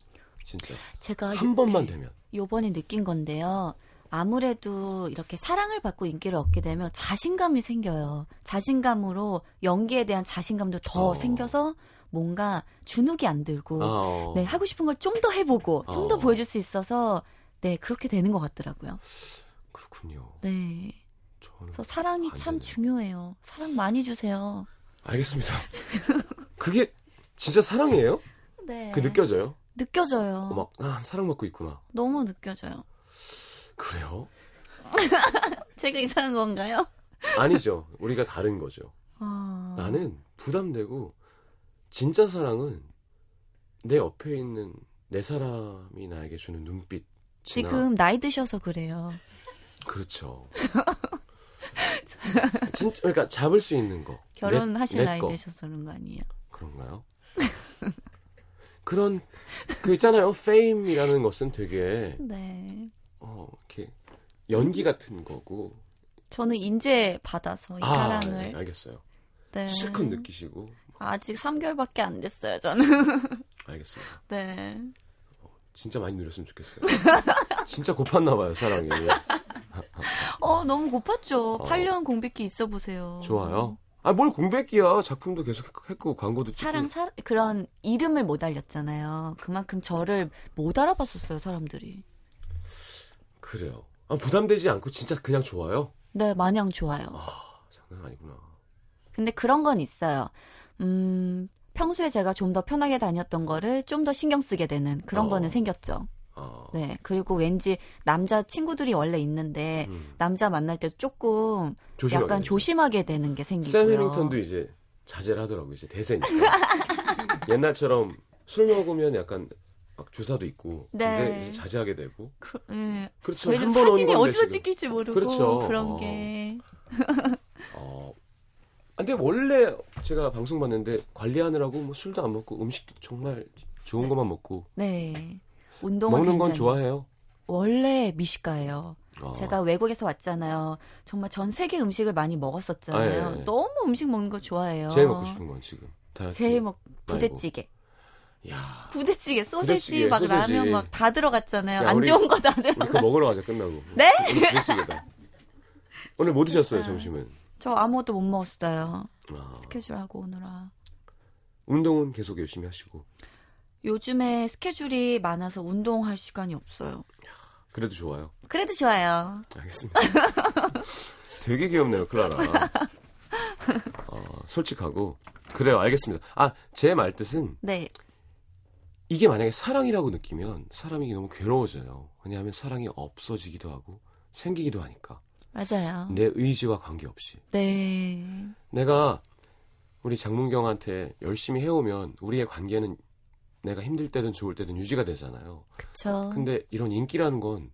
Speaker 1: 진짜.
Speaker 2: 제가
Speaker 1: 한 번만 되면.
Speaker 2: 요번에 느낀 건데요. 아무래도 이렇게 사랑을 받고 인기를 얻게 되면 자신감이 생겨요. 자신감으로 연기에 대한 자신감도 더
Speaker 1: 어.
Speaker 2: 생겨서 뭔가 주눅이 안 들고
Speaker 1: 아, 어.
Speaker 2: 네 하고 싶은 걸 좀 더 해보고 좀 더
Speaker 1: 어.
Speaker 2: 보여줄 수 있어서 네 그렇게 되는 것 같더라고요.
Speaker 1: 그렇군요.
Speaker 2: 네,
Speaker 1: 저는
Speaker 2: 그래서 사랑이
Speaker 1: 안
Speaker 2: 참
Speaker 1: 아, 되네요.
Speaker 2: 중요해요. 사랑 많이 주세요.
Speaker 1: 알겠습니다. 그게 진짜 사랑이에요?
Speaker 2: 네,
Speaker 1: 그 느껴져요?
Speaker 2: 져요
Speaker 1: 어, 막 아, 사랑받고 있구나.
Speaker 2: 너무 느껴져요.
Speaker 1: 그래요?
Speaker 2: 제가 이상한 건가요?
Speaker 1: 아니죠. 우리가 다른 거죠.
Speaker 2: 아,
Speaker 1: 나는 부담되고 진짜 사랑은 내 옆에 있는 내 사람이 나에게 주는 눈빛.
Speaker 2: 지금 나이 드셔서 그래요.
Speaker 1: 그렇죠. 진짜 그러니까 잡을 수 있는 거.
Speaker 2: 결혼하실
Speaker 1: 내- 내
Speaker 2: 나이
Speaker 1: 거.
Speaker 2: 되셔서 그런 거 아니에요?
Speaker 1: 그런가요? 그런 그 있잖아요. 페임이라는 것은 되게
Speaker 2: 네.
Speaker 1: 어, 이렇게 연기 같은 거고.
Speaker 2: 저는 인재 받아서 이
Speaker 1: 아, 네,
Speaker 2: 사랑을.
Speaker 1: 알겠어요.
Speaker 2: 네.
Speaker 1: 실컷 느끼시고.
Speaker 2: 아직 3개월밖에 안 됐어요, 저는.
Speaker 1: 알겠습니다.
Speaker 2: 네.
Speaker 1: 진짜 많이 누렸으면 좋겠어요. 진짜 고팠나 봐요, 사랑이.
Speaker 2: 어, 너무 고팠죠.
Speaker 1: 어.
Speaker 2: 8년 공백기 있어 보세요.
Speaker 1: 좋아요. 아, 뭘 공백이야. 작품도 계속 했고, 광고도 찍고.
Speaker 2: 사랑, 사, 그런 이름을 못 알렸잖아요. 그만큼 저를 못 알아봤었어요, 사람들이.
Speaker 1: 그래요. 아, 부담되지 않고 진짜 그냥 좋아요?
Speaker 2: 네, 마냥 좋아요.
Speaker 1: 아, 장난 아니구나.
Speaker 2: 근데 그런 건 있어요. 음, 평소에 제가 좀 더 편하게 다녔던 거를 좀 더 신경 쓰게 되는 그런
Speaker 1: 어.
Speaker 2: 거는 생겼죠.
Speaker 1: 아,
Speaker 2: 네. 그리고 왠지 남자 친구들이 원래 있는데,
Speaker 1: 음.
Speaker 2: 남자 만날 때 조금
Speaker 1: 조심하게.
Speaker 2: 약간 조심하게 되는 게 생기고요.
Speaker 1: 샘 해밍턴도 이제 자제를 하더라고요. 이제 대세니까. 옛날처럼 술 먹으면 약간 막 주사도 있고.
Speaker 2: 네.
Speaker 1: 근데 이제 자제하게 되고.
Speaker 2: 그, 예.
Speaker 1: 그렇죠.
Speaker 2: 왜냐면
Speaker 1: 한번 온
Speaker 2: 사진이
Speaker 1: 건데,
Speaker 2: 어디서
Speaker 1: 지금.
Speaker 2: 찍힐지 모르고
Speaker 1: 그렇죠.
Speaker 2: 그런
Speaker 1: 어.
Speaker 2: 게.
Speaker 1: 어. 아, 근데 원래 제가 방송 봤는데 관리하느라고 뭐 술도 안 먹고 음식도 정말 좋은 것만 먹고
Speaker 2: 네. 운동을
Speaker 1: 먹는 건
Speaker 2: 굉장히-
Speaker 1: 좋아해요.
Speaker 2: 원래 미식가예요.
Speaker 1: 아,
Speaker 2: 제가 외국에서 왔잖아요. 정말 전 세계 음식을 많이 먹었었잖아요.
Speaker 1: 아, 예, 예.
Speaker 2: 너무 음식 먹는 거 좋아해요.
Speaker 1: 제일 먹고 싶은 건 지금 다이어트.
Speaker 2: 제일 먹 부대찌개.
Speaker 1: 야,
Speaker 2: 부대찌개, 소세지
Speaker 1: 부대찌개,
Speaker 2: 막
Speaker 1: 소세지.
Speaker 2: 라면 막 다 들어갔잖아요.
Speaker 1: 야,
Speaker 2: 안
Speaker 1: 우리-
Speaker 2: 좋은 거 다 들어.
Speaker 1: 우리 그거 먹으러 가자 끝나고.
Speaker 2: 네?
Speaker 1: 오늘 부대찌개다. 오늘 못 드셨어요 점심은.
Speaker 2: 저 아무것도 못 먹었어요.
Speaker 1: 아,
Speaker 2: 스케줄 하고 오느라.
Speaker 1: 운동은 계속 열심히 하시고
Speaker 2: 요즘에 스케줄이 많아서 운동할 시간이 없어요.
Speaker 1: 그래도 좋아요.
Speaker 2: 그래도 좋아요.
Speaker 1: 알겠습니다. 되게 귀엽네요, 클라라. 어, 솔직하고. 그래요, 알겠습니다. 아, 제 말 뜻은
Speaker 2: 네.
Speaker 1: 이게 만약에 사랑이라고 느끼면 사람이 너무 괴로워져요. 왜냐하면 사랑이 없어지기도 하고 생기기도 하니까.
Speaker 2: 맞아요.
Speaker 1: 내 의지와 관계없이.
Speaker 2: 네.
Speaker 1: 내가 우리 장문경한테 열심히 해오면 우리의 관계는 내가 힘들 때든 좋을 때든 유지가 되잖아요.
Speaker 2: 그쵸.
Speaker 1: 근데 이런 인기라는 건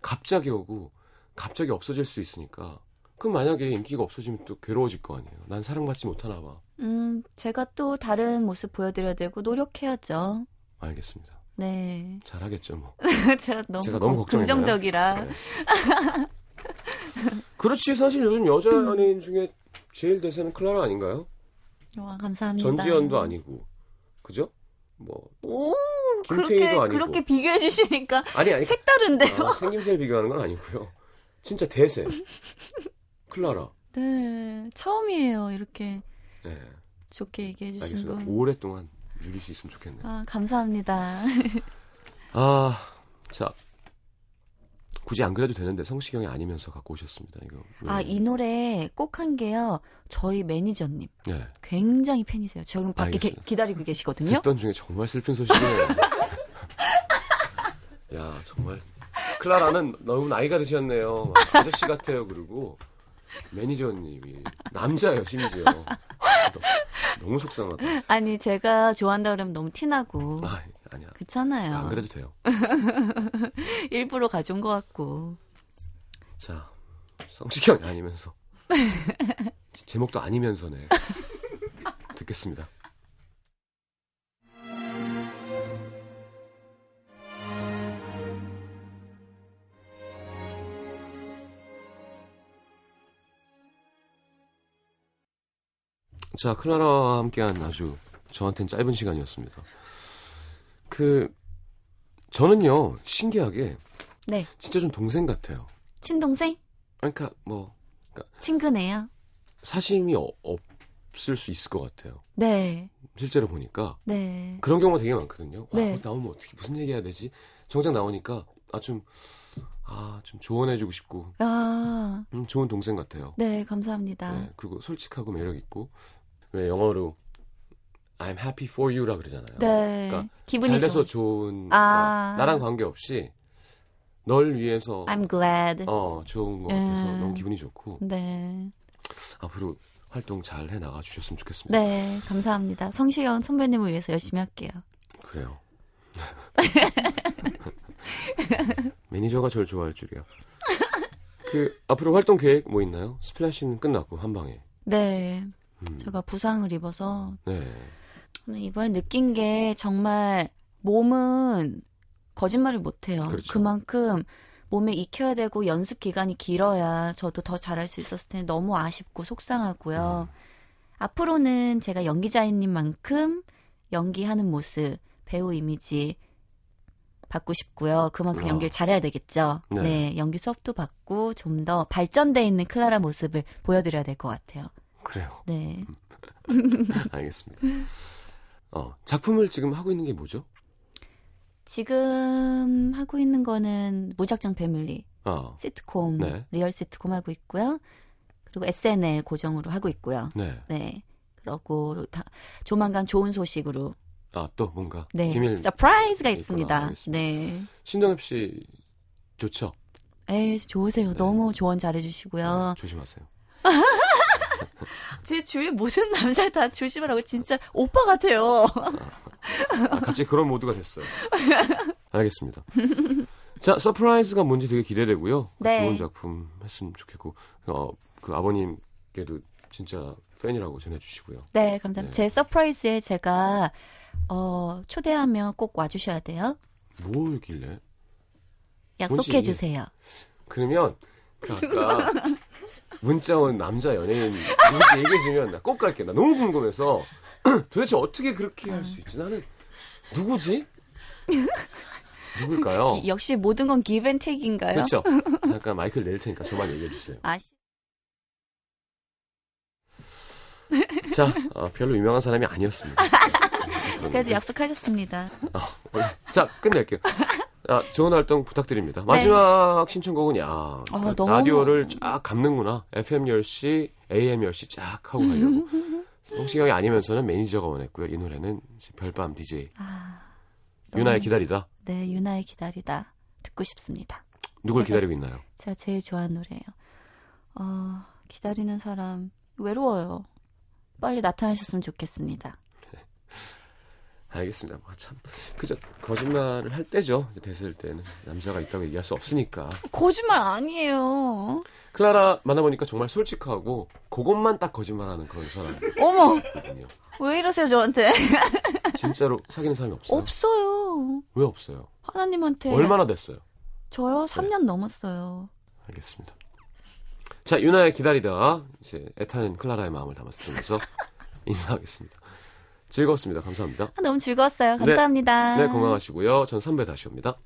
Speaker 1: 갑자기 오고 갑자기 없어질 수 있으니까 그럼 만약에 인기가 없어지면 또 괴로워질 거 아니에요. 난 사랑받지 못하나 봐.
Speaker 2: 음, 제가 또 다른 모습 보여드려야 되고 노력해야죠.
Speaker 1: 알겠습니다.
Speaker 2: 네.
Speaker 1: 잘하겠죠 뭐.
Speaker 2: 제가 너무,
Speaker 1: 제가 너무
Speaker 2: 긍-
Speaker 1: 걱정했나요?
Speaker 2: 긍정적이라.
Speaker 1: 네. 그렇지 사실 요즘 여자
Speaker 2: 음.
Speaker 1: 연예인 중에 제일 대세는 클라라 아닌가요?
Speaker 2: 와, 감사합니다.
Speaker 1: 전지현도 아니고 그죠? 뭐
Speaker 2: 오,
Speaker 1: 김태희도
Speaker 2: 음, 그렇게,
Speaker 1: 아니고.
Speaker 2: 그렇게 비교해 주시니까
Speaker 1: 아니 아니
Speaker 2: 색다른데요.
Speaker 1: 아, 생김새를 비교하는 건 아니고요. 진짜 대세 클라라.
Speaker 2: 네. 처음이에요. 이렇게
Speaker 1: 네
Speaker 2: 좋게 얘기해 주신
Speaker 1: 알겠습니다.
Speaker 2: 분.
Speaker 1: 오랫동안 누릴 수 있으면 좋겠네요.
Speaker 2: 아, 감사합니다.
Speaker 1: 네. 아, 자. 굳이 안 그래도 되는데 성시경이 아니면서 갖고 오셨습니다. 이거. 왜-
Speaker 2: 아, 이 노래 꼭 한 게요. 저희 매니저님
Speaker 1: 네.
Speaker 2: 굉장히 팬이세요. 지금 밖에 게-
Speaker 1: 알겠습니다.
Speaker 2: 기다리고 계시거든요.
Speaker 1: 듣던 중에 정말 슬픈 소식이네요. 야, 정말 클라라는 너무 나이가 드셨네요. 아저씨 같아요. 그리고 매니저님이 남자예요, 심지어. 너- 너무 속상하다.
Speaker 2: 아니, 제가 좋아한다 그러면 너무 티나고.
Speaker 1: 아, 아니야. 안
Speaker 2: 그렇잖아요.
Speaker 1: 그래도 돼요.
Speaker 2: 일부러 가져온 것 같고.
Speaker 1: 자, 성시경이 아니면서 제목도 아니면서네. 듣겠습니다. 자, 클라라와 함께한 아주 저한테는 짧은 시간이었습니다. 그 저는요 신기하게
Speaker 2: 네.
Speaker 1: 진짜 좀 동생 같아요.
Speaker 2: 친동생?
Speaker 1: 아니, 그러니까 뭐
Speaker 2: 친근해요?
Speaker 1: 사심이 어- 없을 수 있을 것 같아요.
Speaker 2: 네.
Speaker 1: 실제로 보니까
Speaker 2: 네.
Speaker 1: 그런 경우가 되게 많거든요. 와,
Speaker 2: 네.
Speaker 1: 나오면 뭐 어떻게 무슨 얘기해야 되지? 정작 나오니까 아 좀 아, 좀 조언해주고 싶고
Speaker 2: 아,
Speaker 1: 음, 좋은 동생 같아요.
Speaker 2: 네, 감사합니다.
Speaker 1: 네, 그리고 솔직하고 매력 있고 왜 영어로 I'm happy for you라 그러잖아요.
Speaker 2: 네.
Speaker 1: 그러니까
Speaker 2: 기분이
Speaker 1: 잘
Speaker 2: 좋아.
Speaker 1: 돼서 좋은
Speaker 2: 아.
Speaker 1: 어, 나랑 관계 없이 널 위해서
Speaker 2: I'm glad.
Speaker 1: 어 좋은 것 같아서
Speaker 2: 음.
Speaker 1: 너무 기분이 좋고
Speaker 2: 네.
Speaker 1: 앞으로 활동 잘 해 나가 주셨으면 좋겠습니다.
Speaker 2: 네, 감사합니다. 성시경 선배님을 위해서 열심히 할게요.
Speaker 1: 그래요. 매니저가 절 좋아할 줄이야. 그 앞으로 활동 계획 뭐 있나요? 스플래시는 끝났고 한 방에.
Speaker 2: 네.
Speaker 1: 음,
Speaker 2: 제가 부상을 입어서
Speaker 1: 네.
Speaker 2: 저는 이번에 느낀 게 정말 몸은 거짓말을 못해요.
Speaker 1: 그렇죠.
Speaker 2: 만큼 몸에 익혀야 되고 연습 기간이 길어야 저도 더 잘할 수 있었을 텐데 너무 아쉽고 속상하고요.
Speaker 1: 음.
Speaker 2: 앞으로는 제가 연기자인님만큼 연기하는 모습, 배우 이미지 받고 싶고요. 그만큼
Speaker 1: 아.
Speaker 2: 연기를 잘해야 되겠죠.
Speaker 1: 네.
Speaker 2: 네. 연기 수업도 받고 좀 더 발전돼 있는 클라라 모습을 보여드려야 될 것 같아요.
Speaker 1: 그래요.
Speaker 2: 네.
Speaker 1: 알겠습니다. 어, 작품을 지금 하고 있는 게 뭐죠?
Speaker 2: 지금 하고 있는 거는 무작정 패밀리
Speaker 1: 아,
Speaker 2: 시트콤,
Speaker 1: 네.
Speaker 2: 리얼 시트콤 하고 있고요. 그리고 SNL 고정으로 하고 있고요.
Speaker 1: 네.
Speaker 2: 네. 그러고 다- 조만간 좋은 소식으로
Speaker 1: 아, 또 뭔가
Speaker 2: 네
Speaker 1: 비밀
Speaker 2: 서프라이즈가
Speaker 1: 있구나.
Speaker 2: 있습니다.
Speaker 1: 알겠습니다.
Speaker 2: 네.
Speaker 1: 신동엽 씨 좋죠?
Speaker 2: 에이, 좋으세요.
Speaker 1: 네.
Speaker 2: 너무 조언
Speaker 1: 네,
Speaker 2: 잘해주시고요.
Speaker 1: 조심하세요.
Speaker 2: 제 주위 모든 남자 다 조심하라고 진짜 오빠 같아요.
Speaker 1: 아, 갑자기 그런 모드가 됐어요. 알겠습니다. 자, 서프라이즈가 뭔지 되게 기대되고요. 그
Speaker 2: 네.
Speaker 1: 좋은 작품 했으면 좋겠고, 어, 그 아버님께도 진짜 팬이라고 전해주시고요.
Speaker 2: 네, 감사합니다.
Speaker 1: 네.
Speaker 2: 제 서프라이즈에 제가 어, 초대하면 꼭 와주셔야 돼요.
Speaker 1: 뭘길래?
Speaker 2: 약속해 주세요.
Speaker 1: 그러면, 그 아까 문자 온 남자 연예인 누군지 얘기해주면 나 꼭 갈게. 나 너무 궁금해서 도대체 어떻게 그렇게 할 수 있지? 나는 누구지? 누굴까요?
Speaker 2: 기- 역시 모든 건 기브앤테이크인가요?
Speaker 1: 어. 그렇죠. 잠깐 마이크를 내릴 테니까 저만 얘기해주세요.
Speaker 2: 아, 씨.
Speaker 1: 자, 어, 별로 유명한 사람이 아니었습니다.
Speaker 2: 그래도 약속하셨습니다.
Speaker 1: 자, 끝낼게요. 아, 좋은 활동 부탁드립니다. 마지막 신청곡은 야그
Speaker 2: 아, 네. 너무-
Speaker 1: 라디오를 쫙 감는구나. FM 10시, AM 10시 쫙 하고 가려고. 성시경이 아니면서는 매니저가 원했고요. 이 노래는 별밤 DJ
Speaker 2: 아, 너무-
Speaker 1: 유나의 기다리다.
Speaker 2: 네, 유나의 기다리다 듣고 싶습니다.
Speaker 1: 누굴
Speaker 2: 제가-
Speaker 1: 기다리고 있나요?
Speaker 2: 제가 제일 좋아하는 노래예요. 어, 기다리는 사람 외로워요. 빨리 나타나셨으면 좋겠습니다.
Speaker 1: 알겠습니다. 아, 참 그저 거짓말을 할 때죠. 이제 됐을 때는 남자가 있다고 얘기할 수 없으니까.
Speaker 2: 거짓말 아니에요.
Speaker 1: 클라라 만나보니까 정말 솔직하고 그것만 딱 거짓말하는 그런 사람이거든요.
Speaker 2: 어머, 왜 이러세요 저한테?
Speaker 1: 진짜로 사귀는 사람이 없어요.
Speaker 2: 없어요.
Speaker 1: 왜 없어요?
Speaker 2: 하나님한테
Speaker 1: 얼마나 네. 됐어요?
Speaker 2: 저요 3년 넘었어요.
Speaker 1: 알겠습니다. 자, 유나의 기다리다 이제 애타는 클라라의 마음을 담아서 들으면서 인사하겠습니다. 즐거웠습니다. 감사합니다.
Speaker 2: 아, 너무 즐거웠어요.
Speaker 1: 네.
Speaker 2: 감사합니다.
Speaker 1: 네, 건강하시고요. 전 3배 다시 옵니다.